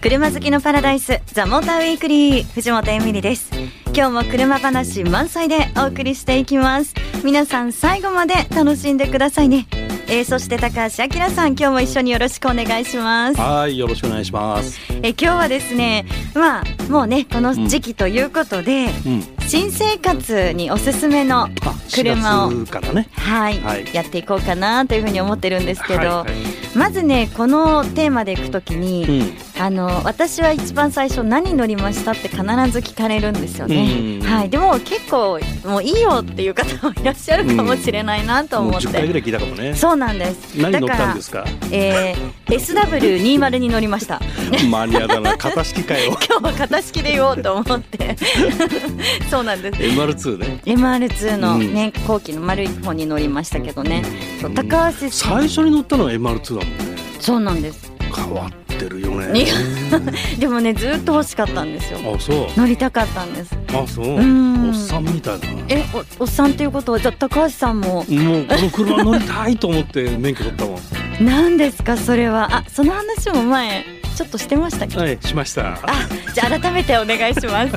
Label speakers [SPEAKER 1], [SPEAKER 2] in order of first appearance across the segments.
[SPEAKER 1] 車好きのパラダイスザモーターウィークリー藤本恵美里です今日も車話満載でお送りしていきます皆さん最後まで楽しんでくださいねえー、そして高橋明さん今日も一緒によろしくお願いします
[SPEAKER 2] はいよろしくお願いします
[SPEAKER 1] えー、今日はですねまあもうねこの時期ということで、うんうん、新生活におすすめの車を、
[SPEAKER 2] ね、
[SPEAKER 1] はい、はい、やっていこうかなというふうに思ってるんですけど、はいはい、まずねこのテーマでいくときに、うん、あの私は一番最初何乗りましたって必ず聞かれるんですよね、はいでも結構もういいよっていう方もいらっしゃるかもしれないなと思って、うん、
[SPEAKER 2] 回ぐらい聞いたかもね
[SPEAKER 1] そうなんです
[SPEAKER 2] 何乗ったんですか
[SPEAKER 1] えー、SW20 に乗りました
[SPEAKER 2] マニアだな型式か よ
[SPEAKER 1] 今日は型式で言おうと思って そうなんです
[SPEAKER 2] MR2 ね
[SPEAKER 1] MR2 の年、ね、後期の丸い方に乗りましたけどね、うん、高橋
[SPEAKER 2] 最初に乗ったのは MR2 だもんね
[SPEAKER 1] そうなんです
[SPEAKER 2] 変わってるよね
[SPEAKER 1] でもねずっと欲しかったんですよ
[SPEAKER 2] あそう
[SPEAKER 1] 乗りたかったんです
[SPEAKER 2] あそうおっさんみたいな
[SPEAKER 1] えおおっさんということはじゃ高橋さんも
[SPEAKER 2] もうこの車乗りたいと思って免許取ったも
[SPEAKER 1] んなんですかそれはあその話も前ちょっとしてましたっけ
[SPEAKER 2] はいしました
[SPEAKER 1] あじゃあ改めてお願いします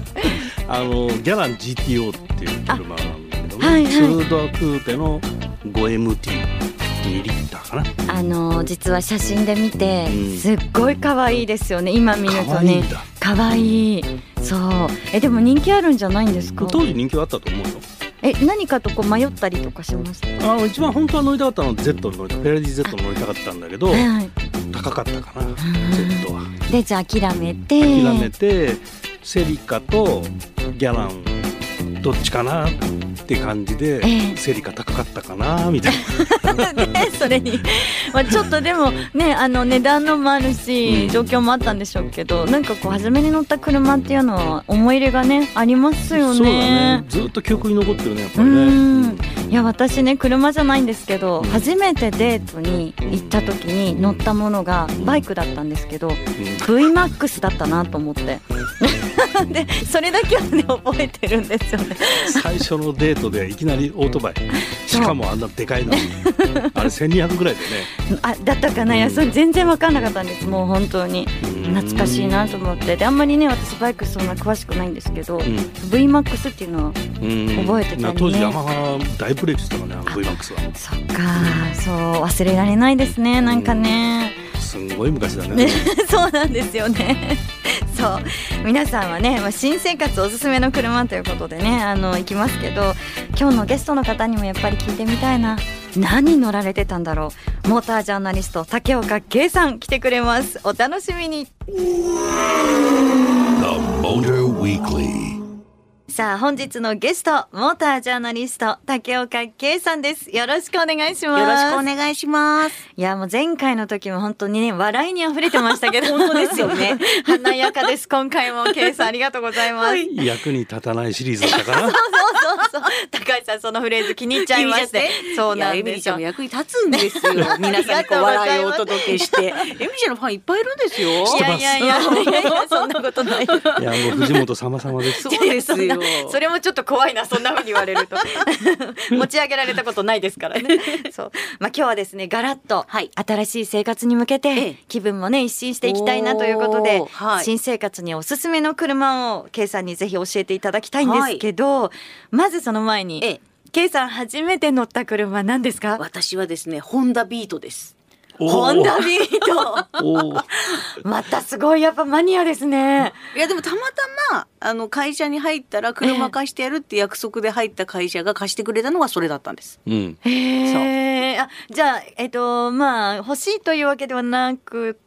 [SPEAKER 2] あのギャラン GTO っていう車なんだけども、はいはい、ツードアクーペの 5MT 2リッターか
[SPEAKER 1] な あの実は写真で見て、すっごい可愛いですよね今見るとね可愛いいそうえでも人気あるんじゃないんですか
[SPEAKER 2] 当時人気あったと思うよ
[SPEAKER 1] え何かとこう迷ったりとかしました
[SPEAKER 2] あ一番本当は乗りたかったのは Z に乗りたフェラディ Z に乗りたかったんだけど、はい、高かったかな Z は
[SPEAKER 1] でじゃあ諦めて
[SPEAKER 2] 諦めてセリカとギャランどっちかなって感じで、ええ、セリカ高かったかなみたい な
[SPEAKER 1] ね、それに、まあ、ちょっとでもねあの値段のもあるし、うん、状況もあったんでしょうけどなんかこう初めに乗った車っていうのは思い入れがねありますよねそうだね
[SPEAKER 2] ずっと記憶に残ってるねやっぱりね、うん、
[SPEAKER 1] いや私ね車じゃないんですけど、うん、初めてデートに行った時に乗ったものがバイクだったんですけど、うん、VMAX だったなと思って。 でそれだけはね覚えてるんですよね
[SPEAKER 2] 最初のデートでいきなりオートバイしかもあんなでかいのあれ1200ぐらいで
[SPEAKER 1] ねあだったかな、うん、いやそれ全然分かんなかったんですもう本当に懐かしいなと思ってであんまりね私バイクそんな詳しくないんですけど、うん、VMAX っていうのは覚えてたり、ね、うん、
[SPEAKER 2] 当時ヤマハ大ブレークしたからね VMAX は
[SPEAKER 1] そっか、そう忘れられないですねなんかね、
[SPEAKER 2] すごい昔だね
[SPEAKER 1] そうなん ですよね そう皆さんはね、まあ、新生活おすすめの車ということでねあの行きますけど今日のゲストの方にもやっぱり聞いてみたいな何乗られてたんだろうモータージャーナリスト竹岡圭さん来てくれますお楽しみにさあ本日のゲストモータージャーナリスト竹岡圭さんですよろしくお願いします
[SPEAKER 3] よろしくお願いします
[SPEAKER 1] いやもう前回の時も本当にね笑いに溢れてましたけど
[SPEAKER 3] 本当ですよね
[SPEAKER 1] 華やかです今回も圭さんありがとうございます、はい、
[SPEAKER 2] 役に立たないシリーズだから
[SPEAKER 1] そうそ うそう 高橋さんそのフレーズ気に入っちゃいましてそうなんです
[SPEAKER 3] よ役に立つんですよ 皆さんにこう笑いをお届けして エミちゃんのファンいっぱいいるんですよ
[SPEAKER 1] いやいやいや そんなことないいや
[SPEAKER 2] もう藤本様様です
[SPEAKER 3] そうですよ
[SPEAKER 1] それもちょっと怖いなそんな風に言われると持ち上げられたことないですからねそうまあ今日はですねガラッと新しい生活に向けて気分もね一新していきたいなということで、はい、新生活におすすめの車を K さんにぜひ教えていただきたいんですけど、はい、まずその前に K さん初めて乗った車何ですか
[SPEAKER 3] 私はですねホンダビートです
[SPEAKER 1] ホンダビートまたすごいやっぱマニアですね。
[SPEAKER 3] いやでもたまたまあの会社に入ったら車貸してやるって約束で入った会社が貸してくれたのがそれだったんです。
[SPEAKER 2] うん、
[SPEAKER 1] へえ。あじゃあえっ、ー、とまあ欲しいというわけではなくて。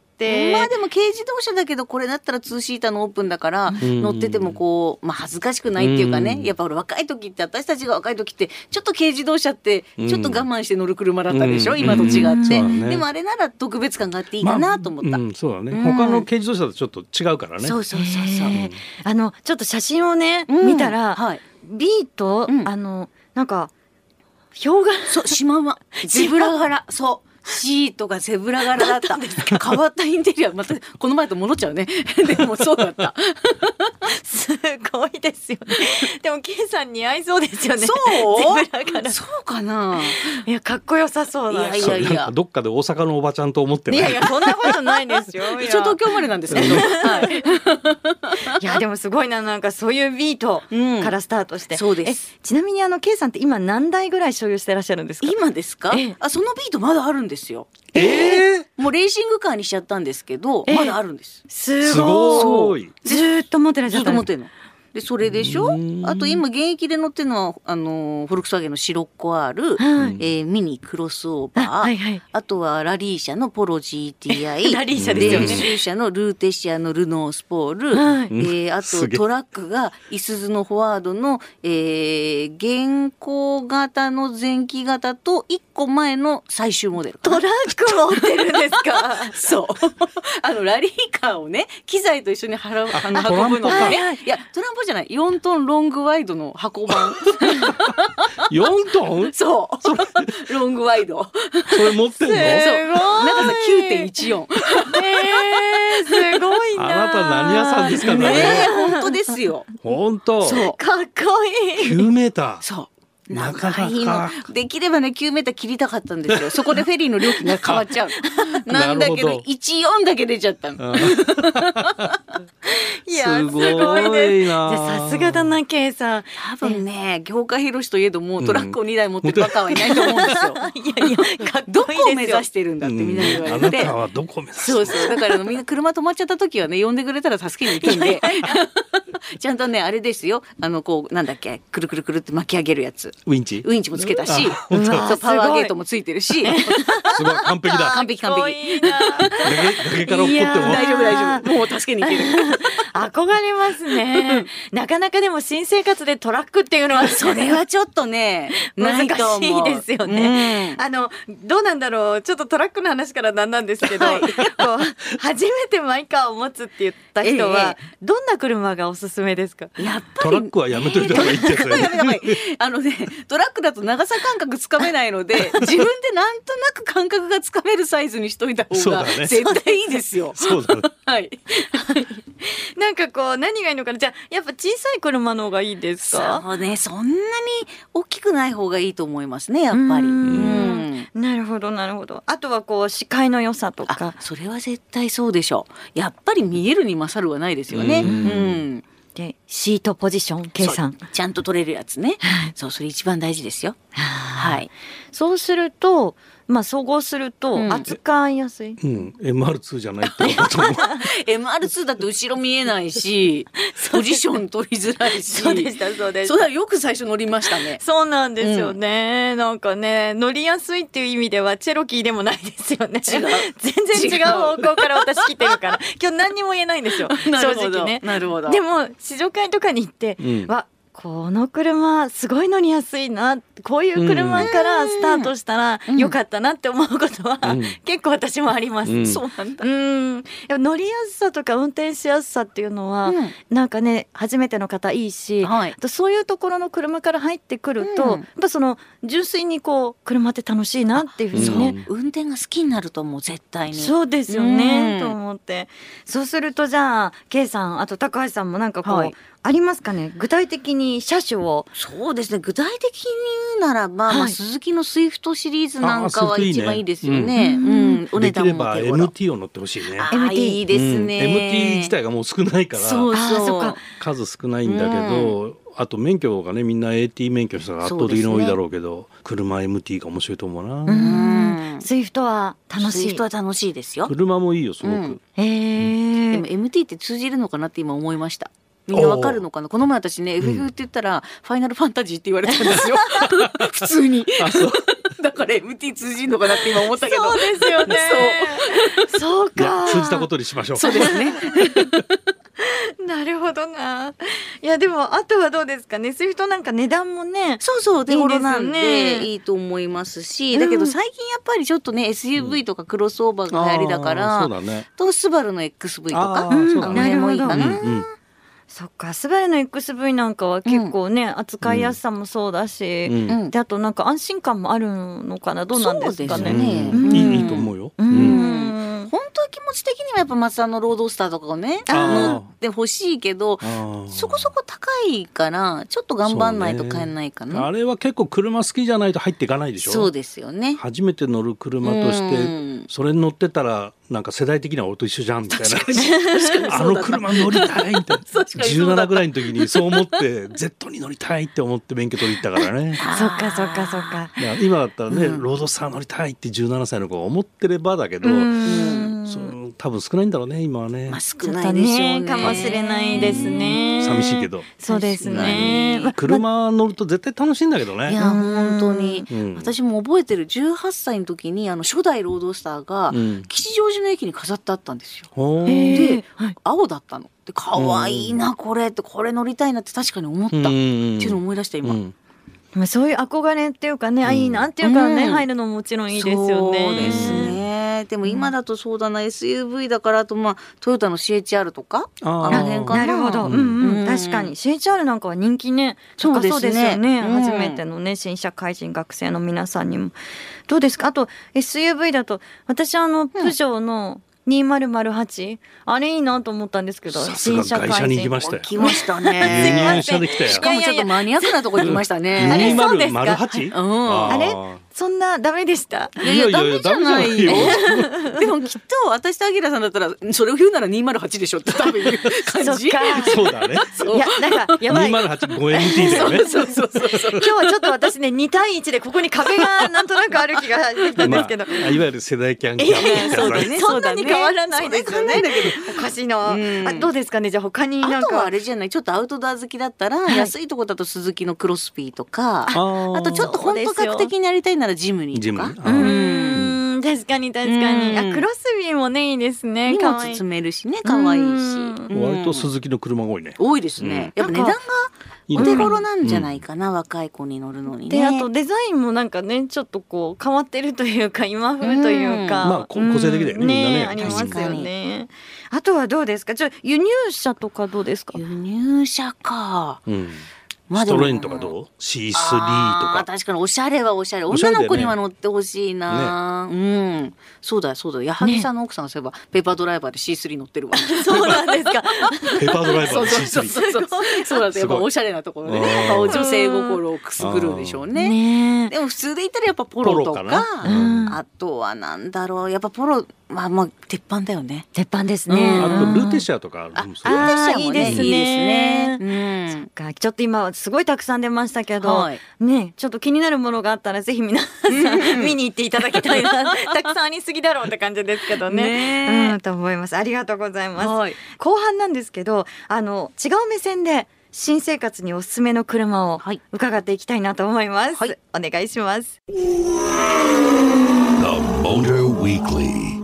[SPEAKER 3] まあでも軽自動車だけどこれだったら2シーターのオープンだから乗っててもこう、まあ、恥ずかしくないっていうかねやっぱ俺若い時って私たちが若い時ってちょっと軽自動車ってちょっと我慢して乗る車だったでしょ今と違って、ね、でもあれなら特別感があっていいかなと思った、まあ
[SPEAKER 2] うん、そうだね他の軽自動車とちょっと違うからね
[SPEAKER 3] そうそうそうそう、
[SPEAKER 1] あのちょっと写真をね、うん、見たら、はい、ビート、うん、あのなんか氷
[SPEAKER 3] 河そうシマ ウマゼブラ柄そうシートがゼブラ柄 だった変わったインテリアまたこの前と戻っちゃうねでもそうだった
[SPEAKER 1] すごいですよ ね。でも、ケイさん似合いそうですよね。
[SPEAKER 3] そう
[SPEAKER 1] ゼブラ柄
[SPEAKER 3] そうかな。
[SPEAKER 1] いや、かっこよさそうな。
[SPEAKER 3] いやいや
[SPEAKER 2] なんかどっかで大阪のおばちゃんと思ってないい
[SPEAKER 1] やいや、そんなことないです よ。い
[SPEAKER 3] 一応
[SPEAKER 1] や
[SPEAKER 3] 東京生まれなんですけど。はい。
[SPEAKER 1] いやでもすごいななんかそういうビート
[SPEAKER 3] うん
[SPEAKER 1] からスタートして、
[SPEAKER 3] そうです
[SPEAKER 1] えちなみにあの K さんって今何台ぐらい所有してらっしゃるんですか
[SPEAKER 3] 今ですか
[SPEAKER 1] ええ？
[SPEAKER 3] あ、そのビートまだあるんですよ。
[SPEAKER 2] えー
[SPEAKER 3] もうレーシングカーにしちゃったんですけど、
[SPEAKER 1] ええ
[SPEAKER 3] まだあるんです。
[SPEAKER 1] す
[SPEAKER 2] すご
[SPEAKER 1] ごい
[SPEAKER 2] い
[SPEAKER 1] ずーっと持ってらっし
[SPEAKER 3] ず
[SPEAKER 1] ゃ
[SPEAKER 3] っ
[SPEAKER 1] った
[SPEAKER 3] と
[SPEAKER 1] ん
[SPEAKER 3] 持っ
[SPEAKER 1] です
[SPEAKER 3] てるの。でそれでし
[SPEAKER 2] う
[SPEAKER 3] ょ
[SPEAKER 2] ー。ん
[SPEAKER 3] あと今現役で乗ってるのはあのフォルクスワーゲンのシロッコ R、
[SPEAKER 1] はい
[SPEAKER 3] えーミニクロスオーバー、
[SPEAKER 1] あはいはい
[SPEAKER 3] あとはラリー車のポロ GTI
[SPEAKER 1] ラリー車ですよね
[SPEAKER 3] 練習車のルーテシアのルノースポール、
[SPEAKER 1] はい
[SPEAKER 3] えーあ
[SPEAKER 2] す
[SPEAKER 3] と
[SPEAKER 2] げえ
[SPEAKER 3] トラックがイスズのフォワードの、えー、現行型の前期型と一個前の最終モデルかな
[SPEAKER 1] トラック持ってるんです か
[SPEAKER 3] そうあのラリーカーをね機材と一緒にはらあの
[SPEAKER 2] トランポ
[SPEAKER 3] 運ぶの
[SPEAKER 1] か
[SPEAKER 3] ねいやトランポじゃない4トンロングワイドの箱版
[SPEAKER 2] 4トン
[SPEAKER 3] そう ロングワイド
[SPEAKER 2] それ持ってんの
[SPEAKER 1] すごい
[SPEAKER 3] 長さ9.14
[SPEAKER 1] えー、すごいな
[SPEAKER 2] あなた何屋さんですか
[SPEAKER 3] ね
[SPEAKER 2] ね
[SPEAKER 3] え 本当ですよ
[SPEAKER 2] 本当
[SPEAKER 3] そう
[SPEAKER 1] かっこいい
[SPEAKER 2] 9メーター
[SPEAKER 3] そう。
[SPEAKER 2] なかなか
[SPEAKER 3] 長いの。できればね、9メーター切りたかった んですよ。そこでフェリーの料金が変わっちゃうの。
[SPEAKER 2] なる
[SPEAKER 3] な
[SPEAKER 2] ほど
[SPEAKER 3] んだけど、14だけ出ちゃったの。
[SPEAKER 2] あ
[SPEAKER 1] いや
[SPEAKER 2] す
[SPEAKER 1] す
[SPEAKER 2] ご
[SPEAKER 1] ご
[SPEAKER 2] いない
[SPEAKER 1] ですじゃあさすがだな K さん
[SPEAKER 3] 多分ね、業界広しといえども、トラックを2台持ってるバカはいないと思うんですよ。
[SPEAKER 1] いやいやかっ
[SPEAKER 3] ど
[SPEAKER 1] こいいですよ
[SPEAKER 3] こを目指してるんだ
[SPEAKER 2] う
[SPEAKER 3] ってみん
[SPEAKER 2] ん
[SPEAKER 3] なに言
[SPEAKER 2] あ
[SPEAKER 3] われ
[SPEAKER 2] な
[SPEAKER 3] て。
[SPEAKER 2] たはどこ目指す
[SPEAKER 3] そ
[SPEAKER 2] の
[SPEAKER 3] うそう。だからあのみんな車止まっちゃった時はね、呼んでくれたら助けに行く んで。ちゃんとね、あれですよ。あの、こう、なんだっけ、くるくるくるって巻き上げるやつ。
[SPEAKER 2] ウィンチ
[SPEAKER 3] ウインチもつけたし、
[SPEAKER 2] あ
[SPEAKER 3] そう
[SPEAKER 2] 本当
[SPEAKER 1] うわ
[SPEAKER 3] パワーゲート
[SPEAKER 1] すごい
[SPEAKER 3] もついてるし、
[SPEAKER 2] すごい完璧だ
[SPEAKER 3] 完璧完璧。
[SPEAKER 1] 璧完
[SPEAKER 2] 崖崖から落っこって
[SPEAKER 1] いや
[SPEAKER 2] も
[SPEAKER 1] ー
[SPEAKER 3] 大丈夫大丈夫もう助けに行ける
[SPEAKER 1] 憧れますね。なかなかでも新生活でトラックっていうのは、
[SPEAKER 3] それはちょっと ね
[SPEAKER 1] 難しいですよね。
[SPEAKER 3] うん
[SPEAKER 1] あの、どうなんだろう。ちょっとトラックの話からなんなんですけど、
[SPEAKER 3] はい
[SPEAKER 1] こう初めてマイカーを持つって言った人は、どんな車がおすすめですか
[SPEAKER 3] やっぱ
[SPEAKER 2] ト
[SPEAKER 3] り
[SPEAKER 2] ラックはやめといた方がいいってやつだよ
[SPEAKER 3] やばいやば
[SPEAKER 2] ね
[SPEAKER 3] いあのねトラックだと長さ感覚つかめないの で自分でなんとなく感覚がつかめるサイズにしといた方
[SPEAKER 2] そうだ
[SPEAKER 3] が
[SPEAKER 2] ね
[SPEAKER 3] 絶対いいですよ。
[SPEAKER 2] そうだね
[SPEAKER 3] はい、
[SPEAKER 1] なんかこう、何がいいのかなじゃあ、やっぱ小さい車の方がいいですか
[SPEAKER 3] うねそんなに大きくない方がいいと思いますねやっぱり。
[SPEAKER 1] うーん
[SPEAKER 3] うん
[SPEAKER 1] なるほど、なるほど。あとはこう、視界の良さと
[SPEAKER 3] あ
[SPEAKER 1] か。
[SPEAKER 3] それは絶対そうでしょうやっぱり見えるに勝るはないですよね。
[SPEAKER 2] うん
[SPEAKER 3] うん
[SPEAKER 1] で、シートポジション、計算。
[SPEAKER 3] そうちゃんと取れるやつね。そう、それ一番大事ですよ。はい。
[SPEAKER 1] そうすると、まあ、総合する
[SPEAKER 3] う
[SPEAKER 1] と
[SPEAKER 3] ん
[SPEAKER 1] 扱いやす
[SPEAKER 2] う
[SPEAKER 1] い。
[SPEAKER 2] ん MR2 じゃないってことも
[SPEAKER 3] MR2 だと後ろ見えない し、ポジション取りづらいし。
[SPEAKER 1] した、そうで
[SPEAKER 3] そうだ、よく最初乗りましたね。
[SPEAKER 1] そうなんですよね、なんかね乗りやすいっていう意味ではチェロキーでもないですよね
[SPEAKER 3] 違う
[SPEAKER 1] 全然違う方向から私来てる から今日何にも言えないんですよ正
[SPEAKER 3] なるほど
[SPEAKER 1] 直ね
[SPEAKER 3] なるほど。
[SPEAKER 1] でも試乗会とかに行って、
[SPEAKER 2] うん
[SPEAKER 1] わこの車すごい乗りやすいなこういう車からスタートしたら
[SPEAKER 3] うん
[SPEAKER 1] よかったなって思うことは、
[SPEAKER 2] うん
[SPEAKER 1] 結構私もあります、
[SPEAKER 2] うん
[SPEAKER 3] そうなんだ。
[SPEAKER 1] うん、やっぱ乗りやすさとか運転しやすさっていうのは、
[SPEAKER 3] うん
[SPEAKER 1] なんかね初めての方いいし、
[SPEAKER 3] はい
[SPEAKER 1] あとそういうところの車から入ってくると、
[SPEAKER 3] うん
[SPEAKER 1] やっぱその純粋にこう車って楽しいなっていうふうにね、
[SPEAKER 2] ん
[SPEAKER 3] 運転が好きになると思う、絶対に。
[SPEAKER 1] そうですよね、
[SPEAKER 3] うん
[SPEAKER 1] と思ってそうするとじゃあ K さんあと高橋さんもなんかこう、
[SPEAKER 3] はい
[SPEAKER 1] ありますかね具体的に車種を
[SPEAKER 3] そうですね具体的に言うならば、ま
[SPEAKER 1] は
[SPEAKER 3] あ、
[SPEAKER 1] い
[SPEAKER 3] 鈴木のスイフトシリーズなんか
[SPEAKER 2] あ
[SPEAKER 3] は
[SPEAKER 2] ースイフトいいね
[SPEAKER 3] 一番いいですよね。
[SPEAKER 1] うん
[SPEAKER 3] うん、お
[SPEAKER 2] で
[SPEAKER 3] 値
[SPEAKER 2] き
[SPEAKER 3] 段
[SPEAKER 2] れ
[SPEAKER 3] も
[SPEAKER 2] ば
[SPEAKER 3] 手頃。
[SPEAKER 2] MT を乗ってほしいね
[SPEAKER 3] あ
[SPEAKER 1] ー MT
[SPEAKER 3] いいです
[SPEAKER 2] うん
[SPEAKER 3] ね。
[SPEAKER 2] MT 自体がもう少ないから
[SPEAKER 3] そうそう
[SPEAKER 1] あーそっか
[SPEAKER 2] 数少ないんだけどあと免許がねみんな AT 免許したら圧倒的に多いだろうけど車 MT が面白いと思う
[SPEAKER 1] う
[SPEAKER 2] な
[SPEAKER 1] ー
[SPEAKER 3] うん
[SPEAKER 1] んスイフトは楽
[SPEAKER 3] スイ
[SPEAKER 1] し
[SPEAKER 3] フ
[SPEAKER 1] い
[SPEAKER 3] トは楽しいですよ。
[SPEAKER 2] 車もいいよすご
[SPEAKER 3] うん
[SPEAKER 2] く
[SPEAKER 1] へえ
[SPEAKER 3] でも MT って通じるのかなって今思いました。みんなわかるのかなこの前私ね、FF って言ったら、ファイナルファンタジーって言われたんです よ。普通に。
[SPEAKER 2] あそう
[SPEAKER 3] だから MT 通じるのかなって今思ったけど。
[SPEAKER 1] そうですよねそう
[SPEAKER 2] いや
[SPEAKER 1] か
[SPEAKER 2] 通じたことにしましょう
[SPEAKER 3] そうですね。
[SPEAKER 1] なるほどな。いやでもあとはどうですかね。スイフトなんか値段もね。
[SPEAKER 3] そうそう、手頃なん
[SPEAKER 1] いいです
[SPEAKER 3] で、
[SPEAKER 1] ね
[SPEAKER 3] いいと思いますし、
[SPEAKER 1] うん
[SPEAKER 3] だけど最近やっぱりちょっとね、SUV とかクロスオーバーが流行りだから、
[SPEAKER 2] あーそうだね
[SPEAKER 3] と、スバルの XV と
[SPEAKER 2] あ
[SPEAKER 3] か、
[SPEAKER 2] ー
[SPEAKER 1] そう
[SPEAKER 3] あ
[SPEAKER 1] だ
[SPEAKER 3] の
[SPEAKER 1] ね
[SPEAKER 3] 辺もいいか
[SPEAKER 1] な
[SPEAKER 3] な。
[SPEAKER 1] る
[SPEAKER 2] うんうん
[SPEAKER 1] そっか。スバルの XV なんかは結構ね、扱いやすさもそうだし、
[SPEAKER 2] うん
[SPEAKER 3] うん
[SPEAKER 1] であとなんか安心感もあるのかな。どうなんですか
[SPEAKER 3] そう
[SPEAKER 1] ね。
[SPEAKER 3] ですね
[SPEAKER 2] うんい
[SPEAKER 3] うん
[SPEAKER 2] いいいと思うよ
[SPEAKER 1] う
[SPEAKER 2] うん
[SPEAKER 1] ん。
[SPEAKER 3] 本当気持ち的にはやっぱ松田のロードスターとかをね
[SPEAKER 1] あー
[SPEAKER 3] 乗ってほしいけど
[SPEAKER 2] あー
[SPEAKER 3] そこそこ高いからちょっと頑張んないと買えないかな
[SPEAKER 2] あれは結構車好きじゃないと入っていかないでしょ
[SPEAKER 3] そうですよね
[SPEAKER 2] 初めて乗る車として、
[SPEAKER 3] うん
[SPEAKER 2] それに乗ってたらなんか世代的には俺と一緒じゃんみたいなあ
[SPEAKER 3] そうだ
[SPEAKER 2] の
[SPEAKER 3] な
[SPEAKER 2] 車乗りたいみたいな
[SPEAKER 3] 確かに そうだ
[SPEAKER 2] 17ぐらいの時にそう思って Z に乗りたいって思って免許取りに行ったからね。
[SPEAKER 1] そっかそっかそっ
[SPEAKER 2] だ
[SPEAKER 1] か。
[SPEAKER 2] から今だったらね、
[SPEAKER 3] うん
[SPEAKER 2] ロードスター乗りたいって17歳の子が思ってればだけど、
[SPEAKER 1] うん
[SPEAKER 2] その多分少ないんだろうね今はね
[SPEAKER 3] まあ、少
[SPEAKER 1] ちょっ
[SPEAKER 3] な
[SPEAKER 1] と
[SPEAKER 3] いでしょうね
[SPEAKER 1] ねかもしれないですね。
[SPEAKER 2] 寂しいけど
[SPEAKER 1] そうです
[SPEAKER 3] 確か
[SPEAKER 1] ね
[SPEAKER 3] に。
[SPEAKER 1] ま
[SPEAKER 2] 車乗ると絶対楽しいんだけど
[SPEAKER 3] い
[SPEAKER 2] ね。
[SPEAKER 3] や本当に、
[SPEAKER 2] うん
[SPEAKER 3] 私も覚えてる18歳の時にあの初代ロードスターが
[SPEAKER 2] うん
[SPEAKER 3] 吉祥寺の駅に飾ってあったんですよ。
[SPEAKER 2] ほう
[SPEAKER 1] へ
[SPEAKER 3] で
[SPEAKER 1] えはい
[SPEAKER 3] 青だったの。で可愛いなこれってこれ乗りたいなって確かに思った、
[SPEAKER 2] うん
[SPEAKER 3] って
[SPEAKER 2] うん
[SPEAKER 3] いうのを思い出した今。
[SPEAKER 2] うん
[SPEAKER 1] まあそういう憧れっていうかね、あいいなっていうかね、
[SPEAKER 3] うん
[SPEAKER 1] 入るのももちろんいいですよね。
[SPEAKER 3] そうですね。でも今だとそうだな SUV だからあとまあトヨタの CHR とか
[SPEAKER 2] あ
[SPEAKER 3] あ
[SPEAKER 2] ー
[SPEAKER 3] の辺か
[SPEAKER 1] なるほど、うんうん、
[SPEAKER 3] うん
[SPEAKER 1] 確かに CHR なんかは人気ね高そうですよ
[SPEAKER 3] そうです
[SPEAKER 1] ね
[SPEAKER 3] ねうん
[SPEAKER 1] 初めてのね新社会人学生の皆さんにもどうですかあと SUV だと私あのプジョーの2008あれいいなと思ったんですけど
[SPEAKER 2] さすが会社に行きましたよ。
[SPEAKER 3] 来ました
[SPEAKER 2] 輸
[SPEAKER 1] すいませ
[SPEAKER 2] 入
[SPEAKER 1] ん
[SPEAKER 3] ね。
[SPEAKER 2] 車できたよ
[SPEAKER 3] し。かもちょっとマニアックなところに来ました
[SPEAKER 2] 二
[SPEAKER 1] あれ
[SPEAKER 3] ね。
[SPEAKER 1] そうですか
[SPEAKER 2] 八？
[SPEAKER 3] うん
[SPEAKER 1] あれそんなダメでした
[SPEAKER 2] いやいやいやダメじゃないよ。
[SPEAKER 3] でもきっと私とアキラさんだったらそれを言うなら208でしょって多分言う感
[SPEAKER 1] そ
[SPEAKER 3] じ。
[SPEAKER 1] っか
[SPEAKER 2] そうだね。
[SPEAKER 1] いやなんかやば
[SPEAKER 2] 二
[SPEAKER 1] い
[SPEAKER 2] 0八五 MT だよね。
[SPEAKER 3] そうそうそうそう。
[SPEAKER 1] 今日はちょっと私ね2対1でここに壁がなんとなくある気がしてきたんですけど、
[SPEAKER 2] まあいわゆる世代キャンキャン
[SPEAKER 1] いやいや
[SPEAKER 3] そうだね
[SPEAKER 1] そんなに変わらないですよね
[SPEAKER 3] そうだね
[SPEAKER 1] おかしいな、
[SPEAKER 3] うん
[SPEAKER 1] あどうですかねじゃあ他にな
[SPEAKER 3] あ
[SPEAKER 1] ん
[SPEAKER 3] と
[SPEAKER 1] か
[SPEAKER 3] はあれじゃないちょっとアウトドア好きだったら、
[SPEAKER 1] い
[SPEAKER 3] 安いとこだとスズキのクロスピーとかあ
[SPEAKER 2] あ
[SPEAKER 3] とちょっと本当格的になりたいならジムニー
[SPEAKER 2] ジ
[SPEAKER 3] と
[SPEAKER 2] ム
[SPEAKER 3] か。
[SPEAKER 1] う
[SPEAKER 2] あ
[SPEAKER 1] ーん確かに確かに
[SPEAKER 3] うん
[SPEAKER 1] あクロスビーもねいいですね
[SPEAKER 3] 荷
[SPEAKER 1] かわ
[SPEAKER 3] 物
[SPEAKER 1] いい
[SPEAKER 3] 積めるしね可愛
[SPEAKER 1] う
[SPEAKER 3] いし、
[SPEAKER 1] ん
[SPEAKER 2] ー割と
[SPEAKER 3] うん
[SPEAKER 2] 鈴木の車が多いね。
[SPEAKER 3] 多いですね、
[SPEAKER 1] うん
[SPEAKER 3] やっぱ値段が
[SPEAKER 2] いい
[SPEAKER 3] お
[SPEAKER 2] ね
[SPEAKER 3] 手頃なんじゃないかな、若い子に乗るのにね
[SPEAKER 1] であとデザインもなんかねちょっとこう変わってるというか今風というか、
[SPEAKER 3] うん
[SPEAKER 2] まあこ個性的だよね
[SPEAKER 1] うん
[SPEAKER 2] みんなね
[SPEAKER 1] あります
[SPEAKER 3] 確か
[SPEAKER 1] よ
[SPEAKER 3] に
[SPEAKER 1] ねあとはどうですかちょ輸入車とかどうですか
[SPEAKER 3] 輸入車か、
[SPEAKER 2] うん。
[SPEAKER 3] まあ
[SPEAKER 2] ス
[SPEAKER 3] でも
[SPEAKER 2] トレインとかどう？C3 と
[SPEAKER 3] あー
[SPEAKER 2] か。
[SPEAKER 3] 確かにおしゃれはおしゃれ
[SPEAKER 2] おしゃれ
[SPEAKER 3] 女
[SPEAKER 2] だよね
[SPEAKER 3] の子には乗ってほしいな、うんそうだよそうだよ矢作さんの奥さんはそういえば、ペーパードライバーで C3 乗って るわ
[SPEAKER 1] そうなんですか
[SPEAKER 2] ペーパードライバー
[SPEAKER 3] そう
[SPEAKER 2] の
[SPEAKER 3] そうそう
[SPEAKER 2] C3。
[SPEAKER 3] そうそうそうなんです
[SPEAKER 2] す
[SPEAKER 3] やっ
[SPEAKER 2] ごい
[SPEAKER 3] ぱおしゃれなところで、ね、
[SPEAKER 2] うん
[SPEAKER 3] やっぱ女性心をくすぐるでしょうね
[SPEAKER 1] ねえ
[SPEAKER 3] でも普通で言ったらやっぱポロと
[SPEAKER 2] ポ
[SPEAKER 3] か
[SPEAKER 2] ロかな
[SPEAKER 1] うん
[SPEAKER 3] あとはなんだろうやっぱポロはまあ鉄板だよね。
[SPEAKER 1] 鉄板ですね、
[SPEAKER 3] うん
[SPEAKER 2] あとルーテシャとかあるんですよ
[SPEAKER 1] あ
[SPEAKER 2] ね。
[SPEAKER 1] ーいいですね
[SPEAKER 3] いいですね。
[SPEAKER 1] かちょっと今すごいたくさん出ましたけ
[SPEAKER 3] うん。
[SPEAKER 1] ど、
[SPEAKER 3] はい。
[SPEAKER 1] ねちょっと気になるものがあったらぜひ皆さん見に行っていただきたい なたくさんありすぎだろうって感じですけどね
[SPEAKER 3] ねえ
[SPEAKER 1] うんと思いますありがとうございます、
[SPEAKER 3] はい。
[SPEAKER 1] 後半なんですけどあの違う目線で新生活におすすめの車を
[SPEAKER 3] はい
[SPEAKER 1] 伺っていきたいなと思います、
[SPEAKER 3] はい
[SPEAKER 1] お願いします
[SPEAKER 4] The Motor Weekly.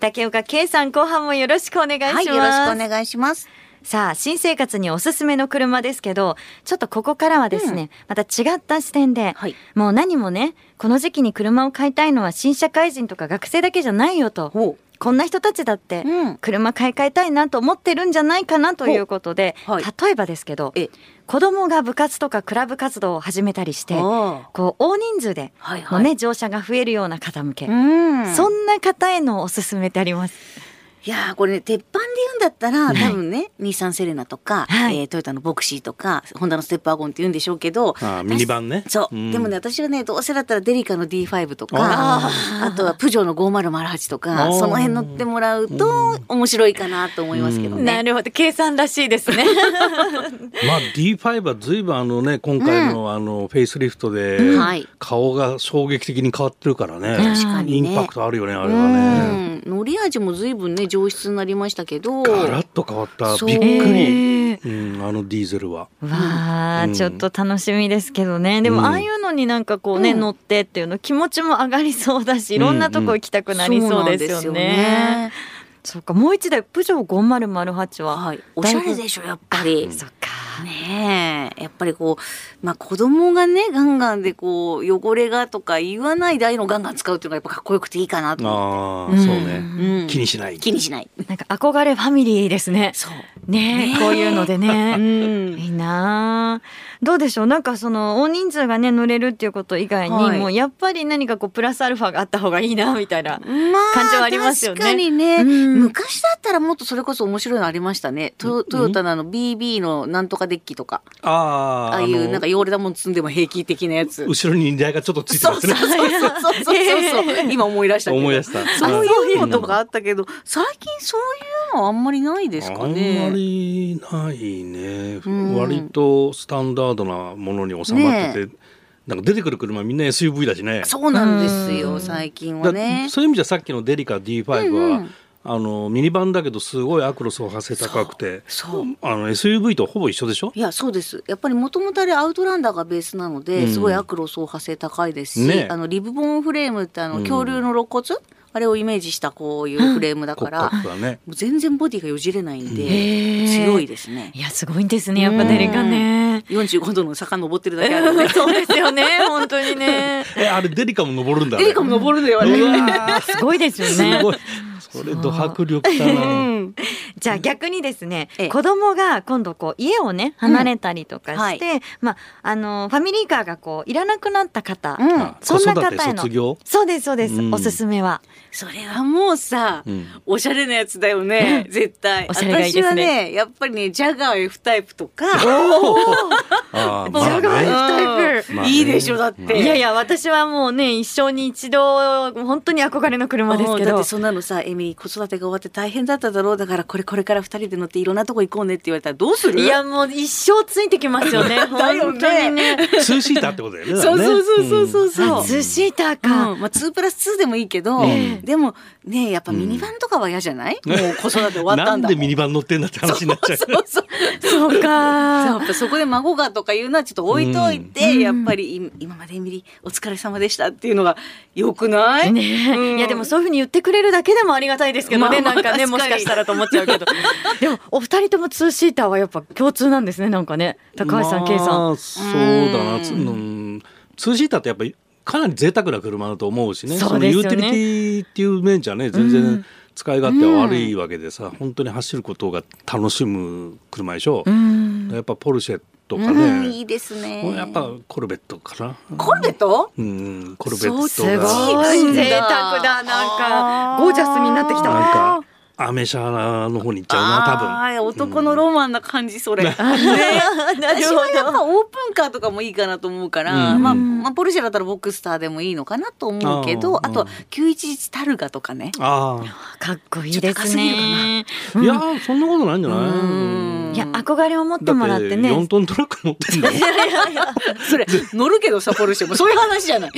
[SPEAKER 1] 竹岡圭さん後半もよろしくお願いします、
[SPEAKER 3] はい、よろしくお願いします。
[SPEAKER 1] さあ新生活におすすめの車ですけどちょっとここからはですね、また違った視点で、
[SPEAKER 3] はい
[SPEAKER 1] もう何もねこの時期に車を買いたいのは新社会人とか学生だけじゃないよと
[SPEAKER 3] ほ
[SPEAKER 1] こんな人たちだって
[SPEAKER 3] うん
[SPEAKER 1] 車買い替えたいなと思ってるんじゃないかなということで、
[SPEAKER 3] ほはい
[SPEAKER 1] 例えばですけど
[SPEAKER 3] え
[SPEAKER 1] 子供が部活とかクラブ活動を始めたりして
[SPEAKER 3] あ
[SPEAKER 1] こう大人数で
[SPEAKER 3] あ。はい
[SPEAKER 1] の
[SPEAKER 3] はい。
[SPEAKER 1] ね、乗車が増えるような方向け、
[SPEAKER 3] うん。
[SPEAKER 1] そんな方へのおすすめってあります
[SPEAKER 3] いやーこれね鉄板で言うんだったら多分ね、日産セレナとか、
[SPEAKER 1] はい
[SPEAKER 3] えートヨタのボクシーとかホンダのステップワゴンって言うんでしょうけど、
[SPEAKER 2] あーミニバンね。
[SPEAKER 3] そう、
[SPEAKER 2] ん
[SPEAKER 3] でもね私はねどうせだったらデリカの D5 とか
[SPEAKER 2] あ
[SPEAKER 3] あとはプジョーの5008と
[SPEAKER 2] あ
[SPEAKER 3] か
[SPEAKER 2] ー
[SPEAKER 3] その辺乗ってもらうと面白いかなと思いますけどね。
[SPEAKER 1] るほど計算らしいですね
[SPEAKER 2] まあ D5 はずいぶんあのね今回のあのフェイスリフトで
[SPEAKER 3] うんはい
[SPEAKER 2] 顔が衝撃的に変わってるからね
[SPEAKER 1] 確か
[SPEAKER 3] にね
[SPEAKER 2] インパクトあるよねあれはね
[SPEAKER 3] うん、乗り味も随分ね上質になりましたけど。
[SPEAKER 2] ガラッと変わった
[SPEAKER 3] そう
[SPEAKER 2] びっ
[SPEAKER 1] え
[SPEAKER 2] くり、
[SPEAKER 1] ー
[SPEAKER 2] うん、あのディーゼルは
[SPEAKER 1] わあ、
[SPEAKER 2] うん
[SPEAKER 1] ちょっと楽しみですけどねでも、
[SPEAKER 2] うん
[SPEAKER 1] ああいうのになんかこうね、
[SPEAKER 3] うん
[SPEAKER 1] 乗ってっていうの気持ちも上がりそうだしいろんなとこ行きたくなりそうですよね。そう
[SPEAKER 3] そうなんですよね
[SPEAKER 1] かもう一台プジョー5008は、
[SPEAKER 3] はい、おしゃれでしょやっぱり。
[SPEAKER 1] そっか
[SPEAKER 3] ねえやっぱりこう、まあ、子供がねガンガンでこう汚れがとか言わない台のガンガン使うっていうのがやっぱかっこよくていいかなと思
[SPEAKER 2] ああ、
[SPEAKER 3] うん
[SPEAKER 2] そうね、
[SPEAKER 3] うん
[SPEAKER 2] 気にしない
[SPEAKER 3] 気にしない
[SPEAKER 1] なんか憧れファミリーですね。
[SPEAKER 3] そう
[SPEAKER 1] ねこういうので
[SPEAKER 3] う
[SPEAKER 1] ね。
[SPEAKER 3] ん
[SPEAKER 1] いいなあどうでしょうなんかその大人数がね乗れるっていうこと以外に、
[SPEAKER 3] はい
[SPEAKER 1] もうやっぱり何かこうプラスアルファがあった方がいいなみたいな。
[SPEAKER 3] まあ、
[SPEAKER 1] 感情ありますよね
[SPEAKER 3] 確かにね、
[SPEAKER 1] うん
[SPEAKER 3] 昔だったらもっとそれこそ面白いのありましたね。トヨトヨタのあの BB のなんとかデッキとか、
[SPEAKER 2] ああ
[SPEAKER 3] ああい
[SPEAKER 2] あ
[SPEAKER 3] う
[SPEAKER 2] の
[SPEAKER 3] なんか汚れたもん積んでも平気的なやつ。
[SPEAKER 2] 後ろに荷台がちょっとついてますね
[SPEAKER 3] そうそうそうそうそう そう。今思い出したけど。
[SPEAKER 2] 思い出した
[SPEAKER 3] そういうのとか
[SPEAKER 2] あ
[SPEAKER 3] あったけど、最近そういうのはあんまりないですかね。
[SPEAKER 2] んまりないね、
[SPEAKER 3] うん
[SPEAKER 2] 割とスタンダードなものに収まってて、なんか出てくる車みんな SUV だしね
[SPEAKER 3] そうなんです
[SPEAKER 1] うん
[SPEAKER 3] よ、最近は
[SPEAKER 2] だ
[SPEAKER 3] ね。
[SPEAKER 2] そういう意味じゃさっきのデリカ D5 は、
[SPEAKER 3] うんうん
[SPEAKER 2] あのミニバンだけどすごいアクロスをはせ高くて
[SPEAKER 3] そうそう
[SPEAKER 2] あの SUV とほぼ一緒でしょ
[SPEAKER 3] いやそうですやっぱりもともとあれアウトランダーがベースなので、
[SPEAKER 2] うん
[SPEAKER 3] すごいアクロ総破性高いですし、
[SPEAKER 2] ね
[SPEAKER 3] あのリブボンフレームってあ
[SPEAKER 2] う
[SPEAKER 3] の
[SPEAKER 2] ん
[SPEAKER 3] 恐竜の肋骨、あれをイメージしたこういうフレームだから、
[SPEAKER 2] 骨格がね
[SPEAKER 3] もう全然ボディがよじれないんで、強
[SPEAKER 1] 強
[SPEAKER 3] い。ですね
[SPEAKER 1] いやすごいんですねやっぱデリカね。
[SPEAKER 3] 45度の坂登ってるだけある ので
[SPEAKER 1] そうですよね本当にね。
[SPEAKER 2] えあれデリカも登るんだね
[SPEAKER 3] エリカも登るのよあれ、
[SPEAKER 2] うわー
[SPEAKER 1] すごいですよ
[SPEAKER 2] す
[SPEAKER 1] ね。
[SPEAKER 2] ごいそれド迫力だな。
[SPEAKER 3] うん
[SPEAKER 1] じゃあ逆にですね、
[SPEAKER 3] ええ
[SPEAKER 1] 子供が今度こう家をね離れたりとかして、まああのファミリーカーがこういらなくなった方、
[SPEAKER 3] うん
[SPEAKER 2] あ
[SPEAKER 1] そんな方
[SPEAKER 2] 子
[SPEAKER 1] へ
[SPEAKER 2] 育て
[SPEAKER 1] の
[SPEAKER 2] 卒業、
[SPEAKER 1] そうですそうです、
[SPEAKER 2] うん
[SPEAKER 1] おすすめは
[SPEAKER 3] それはもうさ、
[SPEAKER 2] うん
[SPEAKER 3] おしゃれなやつだよね絶対
[SPEAKER 1] おしゃれがいいですね
[SPEAKER 3] 私はねやっぱりねジャガー F タイプとか、
[SPEAKER 2] あー
[SPEAKER 1] ジャガー F タイ
[SPEAKER 2] まあね
[SPEAKER 3] いいでしょだって、
[SPEAKER 2] まあね
[SPEAKER 1] プ。いやいや私はもうね一生に一度もう本当に憧れの車ですけ
[SPEAKER 3] うんだっ
[SPEAKER 1] ど
[SPEAKER 3] て。そんなのさエミリー子育てが終わって大変だっただろうだからこれこれから二人で乗っていろんなとこ行こうねって言われたらどうする
[SPEAKER 1] いやもう一生ついてきます よね
[SPEAKER 3] だよ
[SPEAKER 1] 本
[SPEAKER 3] ね
[SPEAKER 1] 当にね。
[SPEAKER 2] ツーシーターってことだよね。だか
[SPEAKER 3] そ
[SPEAKER 2] ら
[SPEAKER 3] う
[SPEAKER 2] ね
[SPEAKER 3] そうそうそうそうそう、
[SPEAKER 1] あツーシーターか。
[SPEAKER 3] うんまあ、2プラス2でもいいけど、
[SPEAKER 2] え
[SPEAKER 3] でもねやっぱミニバンとかは嫌じゃない、
[SPEAKER 2] うん
[SPEAKER 3] もう子育て終わ
[SPEAKER 2] う
[SPEAKER 3] っ
[SPEAKER 2] んな
[SPEAKER 3] たん
[SPEAKER 2] ん
[SPEAKER 3] だ
[SPEAKER 2] で
[SPEAKER 3] も
[SPEAKER 2] ミ
[SPEAKER 3] ん
[SPEAKER 2] ニバン乗ってんだって話になっちゃう。
[SPEAKER 3] そうそう
[SPEAKER 1] そう
[SPEAKER 3] や
[SPEAKER 1] か。
[SPEAKER 3] っぱそこで孫がとかいうのはちょっと置いといて、
[SPEAKER 1] うん
[SPEAKER 3] やっぱり今今までエミリーお疲れ様でしたっていうのがよくない、
[SPEAKER 1] ねえ
[SPEAKER 3] うん
[SPEAKER 1] いやでもそういうふうに言ってくれるだけでもありがたいですけどね、
[SPEAKER 3] まあま
[SPEAKER 1] な
[SPEAKER 3] あ
[SPEAKER 1] んかね
[SPEAKER 3] 確かに
[SPEAKER 1] もしかしたらと思っちゃうけ どでもお二人ともツーシーターはやっぱ共通なんですねなんかね高橋さん、圭さん
[SPEAKER 2] まあそうだな。
[SPEAKER 3] うん
[SPEAKER 2] つうんツーシーターってやっぱりかなり贅沢な車だと思うしね。
[SPEAKER 1] そうですよね
[SPEAKER 2] のユーティリティっていう面じゃね全
[SPEAKER 1] う
[SPEAKER 2] 然
[SPEAKER 1] ん
[SPEAKER 2] 使い勝手は悪いわけでさ、本当に走ることが楽しむ車でしょ。
[SPEAKER 1] うん
[SPEAKER 2] やっぱポルシェとか
[SPEAKER 3] うん、
[SPEAKER 2] ね。
[SPEAKER 3] いいですね
[SPEAKER 2] やっぱコルベットかな。
[SPEAKER 3] コルベット
[SPEAKER 2] うん、コルベット
[SPEAKER 3] そう
[SPEAKER 2] が。
[SPEAKER 1] すごい
[SPEAKER 3] そう
[SPEAKER 1] 贅沢だなんか
[SPEAKER 3] あー
[SPEAKER 1] ゴージャスになってきた
[SPEAKER 2] なん
[SPEAKER 1] わ
[SPEAKER 2] かアメ車の方に行っちゃうな
[SPEAKER 3] あー男のロマンな感じそ れ、
[SPEAKER 1] なる
[SPEAKER 3] 私
[SPEAKER 1] ほ
[SPEAKER 3] はやっぱオープンカーとかもいいかなと思うから、
[SPEAKER 2] うん
[SPEAKER 3] まあ、まあポルシェだったらボクスターでもいいのかなと思うけ
[SPEAKER 2] あ
[SPEAKER 3] ど
[SPEAKER 2] ー
[SPEAKER 3] あとは911タルガとかね。
[SPEAKER 2] 多分あ
[SPEAKER 1] どかっこいいです
[SPEAKER 3] ち
[SPEAKER 1] ね
[SPEAKER 2] あいやーそんなことないんじゃない
[SPEAKER 3] うん
[SPEAKER 1] いや憧れを持ってもらってね
[SPEAKER 2] 4トントラック持ってんだもん
[SPEAKER 3] それ乗るけどさポルシェもそういう話じゃない。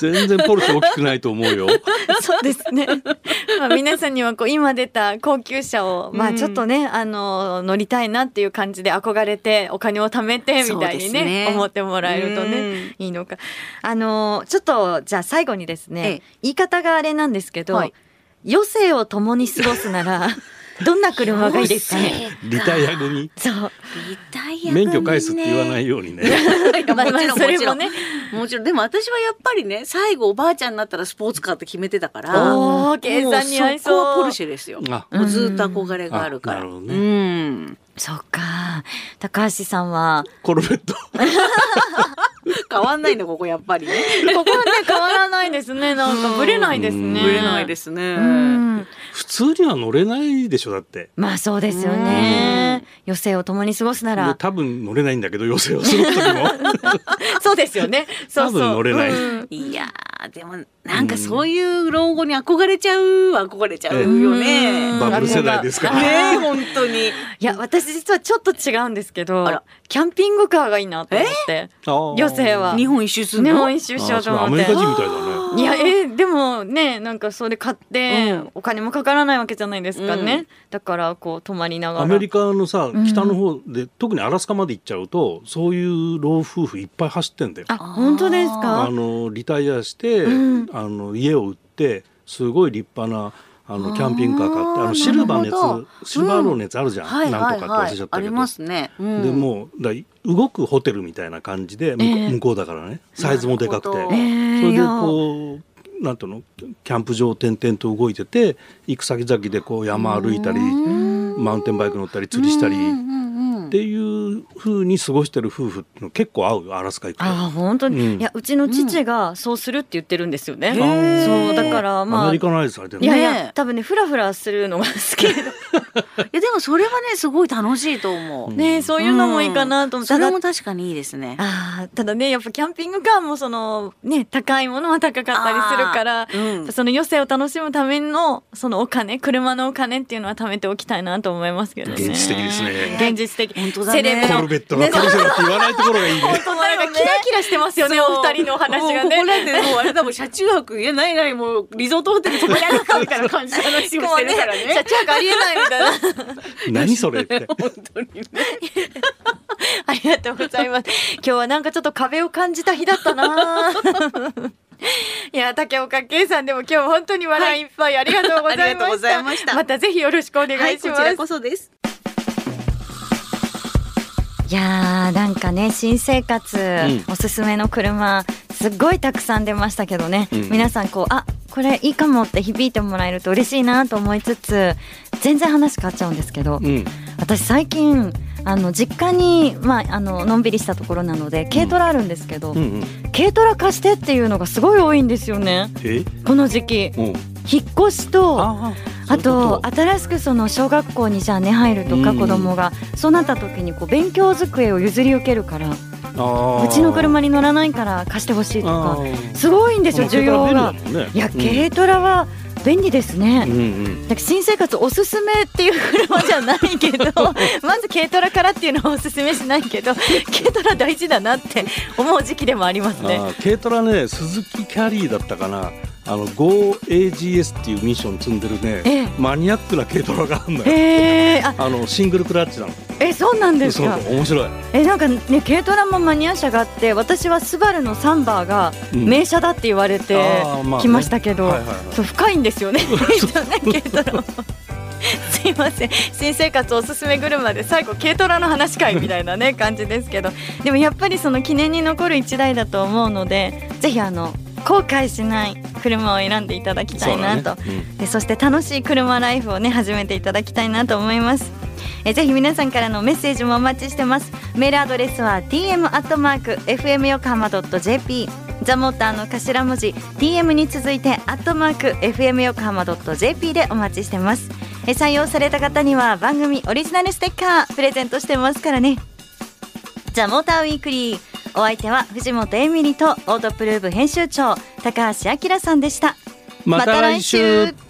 [SPEAKER 2] 全然ポルシェ大きくないと思う よ
[SPEAKER 1] そうですね。まあ皆さんにはこう今出た高級車をまあ
[SPEAKER 3] うん
[SPEAKER 1] ちょっとね、あの乗りたいなっていう感じで憧れてお金を貯めてみたいに
[SPEAKER 3] そう
[SPEAKER 1] ね
[SPEAKER 3] ですね
[SPEAKER 1] 思ってもらえるとね、
[SPEAKER 3] うん
[SPEAKER 1] いいのか。あのちょっとじゃあ最後にですね、
[SPEAKER 3] ええ
[SPEAKER 1] 言い方があれなんですけど、
[SPEAKER 3] はい
[SPEAKER 1] 余生を共に過ごすな らどんな車がいいですかね。
[SPEAKER 2] リタイア組
[SPEAKER 1] そう。
[SPEAKER 3] リタイア組ね
[SPEAKER 2] 免許返すって言わ ないようにね
[SPEAKER 3] いや
[SPEAKER 1] まあ
[SPEAKER 3] もち
[SPEAKER 1] ま
[SPEAKER 3] ろん
[SPEAKER 1] あそ
[SPEAKER 3] も
[SPEAKER 1] れ
[SPEAKER 3] ち
[SPEAKER 1] も
[SPEAKER 3] ろん
[SPEAKER 1] ね
[SPEAKER 3] もちろんでも私はやっぱりね最後おばあちゃんになったらスポーツカーって決めてたから
[SPEAKER 1] おお、計算に合いそう。
[SPEAKER 3] もうそこはポルシェですよ。
[SPEAKER 2] あ
[SPEAKER 3] もうずっと憧れがあるから。
[SPEAKER 2] あなるほどね
[SPEAKER 3] うん
[SPEAKER 1] そっか。高橋さんは
[SPEAKER 2] コルベット
[SPEAKER 3] 変わんないんだここやっぱりね。
[SPEAKER 1] ここはね変わらないです ね。なんかブレないですね。
[SPEAKER 3] ぶれないですね。
[SPEAKER 1] うん。
[SPEAKER 2] 普通には乗れないでしょだって
[SPEAKER 1] まあそうですよね。余生を共に過ごすな
[SPEAKER 2] で
[SPEAKER 1] ら。
[SPEAKER 2] 多分乗れないんだけど余生をする時も
[SPEAKER 1] そうですよね。 そうそう。
[SPEAKER 2] 多分乗れない
[SPEAKER 1] うん
[SPEAKER 3] いやーでもなんかそういう老後に憧れちゃうは憧れちゃうよね。
[SPEAKER 1] うん
[SPEAKER 2] バブル世代ですから
[SPEAKER 3] ねえ本当に。
[SPEAKER 1] いや私実はちょっと違うんですけど
[SPEAKER 3] あら、
[SPEAKER 1] キャンピングカーがいいなと思って。
[SPEAKER 2] あー
[SPEAKER 1] 余生は
[SPEAKER 3] 日本一周する
[SPEAKER 1] 日
[SPEAKER 3] の。
[SPEAKER 1] 本一周しよ
[SPEAKER 2] あー
[SPEAKER 1] うと
[SPEAKER 2] そうア
[SPEAKER 1] 思っ
[SPEAKER 2] メリ
[SPEAKER 1] て
[SPEAKER 2] カ。人みたいだね
[SPEAKER 1] いやえーでもねなんかそれ買って、
[SPEAKER 3] うん
[SPEAKER 1] お金もかからないわけじゃないですかね、
[SPEAKER 3] う
[SPEAKER 1] だからこう泊まりながら
[SPEAKER 2] アメリカのさ
[SPEAKER 1] うん
[SPEAKER 2] 北の方で、特にアラスカまで行っちゃうとそういう老夫婦いっぱい走ってんだよ。
[SPEAKER 1] あ本当です
[SPEAKER 2] あ
[SPEAKER 1] か
[SPEAKER 2] のリタイアして、
[SPEAKER 1] うん
[SPEAKER 2] あの家を売ってすごい立派なあのキャンピングカー買ってあのシルバー
[SPEAKER 3] なるほ
[SPEAKER 2] のや
[SPEAKER 3] ど
[SPEAKER 2] つシルバーローのやつあるじゃん、
[SPEAKER 3] はい
[SPEAKER 2] な
[SPEAKER 3] は
[SPEAKER 2] ん
[SPEAKER 3] い
[SPEAKER 2] とかっ
[SPEAKER 3] は
[SPEAKER 2] て忘れちゃ
[SPEAKER 3] い
[SPEAKER 2] っ。た
[SPEAKER 3] あ
[SPEAKER 2] け
[SPEAKER 3] り
[SPEAKER 2] ど、
[SPEAKER 3] ますね。うん
[SPEAKER 2] でもうだい動くホテルみたいな感じで向こう,、
[SPEAKER 1] ええ
[SPEAKER 2] 向こうだからねサイズもでかくて、
[SPEAKER 3] なる
[SPEAKER 1] え
[SPEAKER 3] ほど
[SPEAKER 1] ー
[SPEAKER 2] それ
[SPEAKER 1] い
[SPEAKER 2] で
[SPEAKER 1] や
[SPEAKER 2] こうなんていうのキャンプ場を転々と動いてて行く先々でこう山歩いたり
[SPEAKER 3] うん
[SPEAKER 2] マウンテンバイク乗ったり釣りしたり
[SPEAKER 3] うんう
[SPEAKER 2] っ
[SPEAKER 3] んうんうん
[SPEAKER 2] ていう風に過ごしてる夫婦っていうの結構合うよアラスカ行くと。
[SPEAKER 1] ああ本当に、
[SPEAKER 2] うん
[SPEAKER 1] いやうちの父がそうするって言ってるんですよね。
[SPEAKER 2] ー
[SPEAKER 1] そうだからまあ
[SPEAKER 2] アメリカのアイスされてる
[SPEAKER 1] い
[SPEAKER 2] ね
[SPEAKER 1] やいや
[SPEAKER 3] ね
[SPEAKER 1] 多分ねフラフラするのが好きで、
[SPEAKER 3] いやでもそれはねすごい楽しいと思う。
[SPEAKER 1] ねそういうのもいいかなと思って、
[SPEAKER 3] それ
[SPEAKER 1] ただ
[SPEAKER 3] も確かにいいですね。
[SPEAKER 1] あーただねやっぱキャンピングカーもそのね高いものは高かったりするから
[SPEAKER 3] あ、ーうん
[SPEAKER 1] その余生を楽しむためのそのお金車のお金っていうのは貯めておきたいなと思いますけどね。
[SPEAKER 2] 現実的ですね。
[SPEAKER 1] 現実的
[SPEAKER 3] 本当だ
[SPEAKER 1] セ
[SPEAKER 3] ね
[SPEAKER 1] レブ
[SPEAKER 2] コ
[SPEAKER 1] の
[SPEAKER 2] ルベットが彼女だって言わないところがいいね
[SPEAKER 1] 本。当なんかキラキラしてますよね
[SPEAKER 3] そう
[SPEAKER 1] お二人のお話が
[SPEAKER 3] もうここ
[SPEAKER 1] ね。
[SPEAKER 3] なんてもうあれだもん車中泊いやないないもうリゾートホテル泊まりなかみたいな感じの話をして るから
[SPEAKER 1] 社
[SPEAKER 3] ね。
[SPEAKER 1] 長がありえないみたいな。
[SPEAKER 2] 何それ って。
[SPEAKER 3] 本当にね。
[SPEAKER 1] ありがとうございます。今日はなんかちょっと壁を感じた日だった な。いや竹岡圭さんでも今日本当に笑いいっぱいありがとうございました。
[SPEAKER 3] ありがとうございました
[SPEAKER 1] またぜひよろしくお願いします。い、
[SPEAKER 3] そです。
[SPEAKER 1] やーなんかね新生活、
[SPEAKER 2] う
[SPEAKER 1] おすすめの車すっごいたくさん出ましたけどね、
[SPEAKER 2] うん
[SPEAKER 1] 皆さんこうあこれいいかもって響いてもらえると嬉しいなと思いつつ全然話変わっちゃうんですけど、
[SPEAKER 2] うん。
[SPEAKER 1] 私最近あの実家に、まあ、あののんびりしたところなので軽トラあるんですけど、
[SPEAKER 2] うんうん。
[SPEAKER 1] 軽トラ貸してっていうのがすごい多いんですよね
[SPEAKER 2] え？
[SPEAKER 1] この時期
[SPEAKER 2] うん。
[SPEAKER 1] 引っ越しとあ
[SPEAKER 2] あ
[SPEAKER 1] と新しくその小学校にじゃあね入るとか
[SPEAKER 2] うん
[SPEAKER 1] 子供がそうなった時にこう勉強机を譲り受けるからう
[SPEAKER 2] う
[SPEAKER 1] ちの車
[SPEAKER 2] に
[SPEAKER 1] に乗らないから貸してほしい
[SPEAKER 2] と
[SPEAKER 1] とかすごいんですよ需要が。いや軽トラは便利ですね、
[SPEAKER 2] うんうん。
[SPEAKER 1] なんか新生活おすすめっていう車じゃないけ どまず軽トラからっていうのはおすすめしないけど軽トラ大事だなって思う時期でもありますね。
[SPEAKER 2] あー軽トラね鈴木キャリーだったかなあの GoAGS っていうミッション積んでる
[SPEAKER 1] え
[SPEAKER 2] ね
[SPEAKER 1] え
[SPEAKER 2] マニアックな軽トラがあるのよ
[SPEAKER 1] えー、あ
[SPEAKER 2] あのシングルクラッチなの
[SPEAKER 1] えそうなんです
[SPEAKER 2] そう
[SPEAKER 1] か
[SPEAKER 2] そう面白い
[SPEAKER 1] えなんかね軽トラもマニア車があって私はスバルのサンバーが
[SPEAKER 2] うん
[SPEAKER 1] 名車だって言われて
[SPEAKER 2] あーまあね
[SPEAKER 1] きましたけど、
[SPEAKER 2] はいはいはい
[SPEAKER 1] そう深いんですよね意 外とね軽トラもすいません新生活おすすめ車で最後軽トラの話会みたいなね感じですけどでもやっぱりその記念に残る一台だと思うのでぜひあの後悔しない車を選んでいただきたいなと
[SPEAKER 2] そうだね
[SPEAKER 1] でそして楽しい車ライフをね始めていただきたいなと思いますえぜひ皆さんからのメッセージもお待ちしてますメールアドレスは tm アットマーク fm 横浜ドット jp ザモーターの頭文字 tm に続いてアットマーク fm 横浜ドット jp でお待ちしてますえ採用された方には番組オリジナルステッカープレゼントしてますからねザ・モーターウィークリーお相手は藤本エミリとオートプルーブ編集長高橋明さんでした
[SPEAKER 2] また来週
[SPEAKER 1] た来週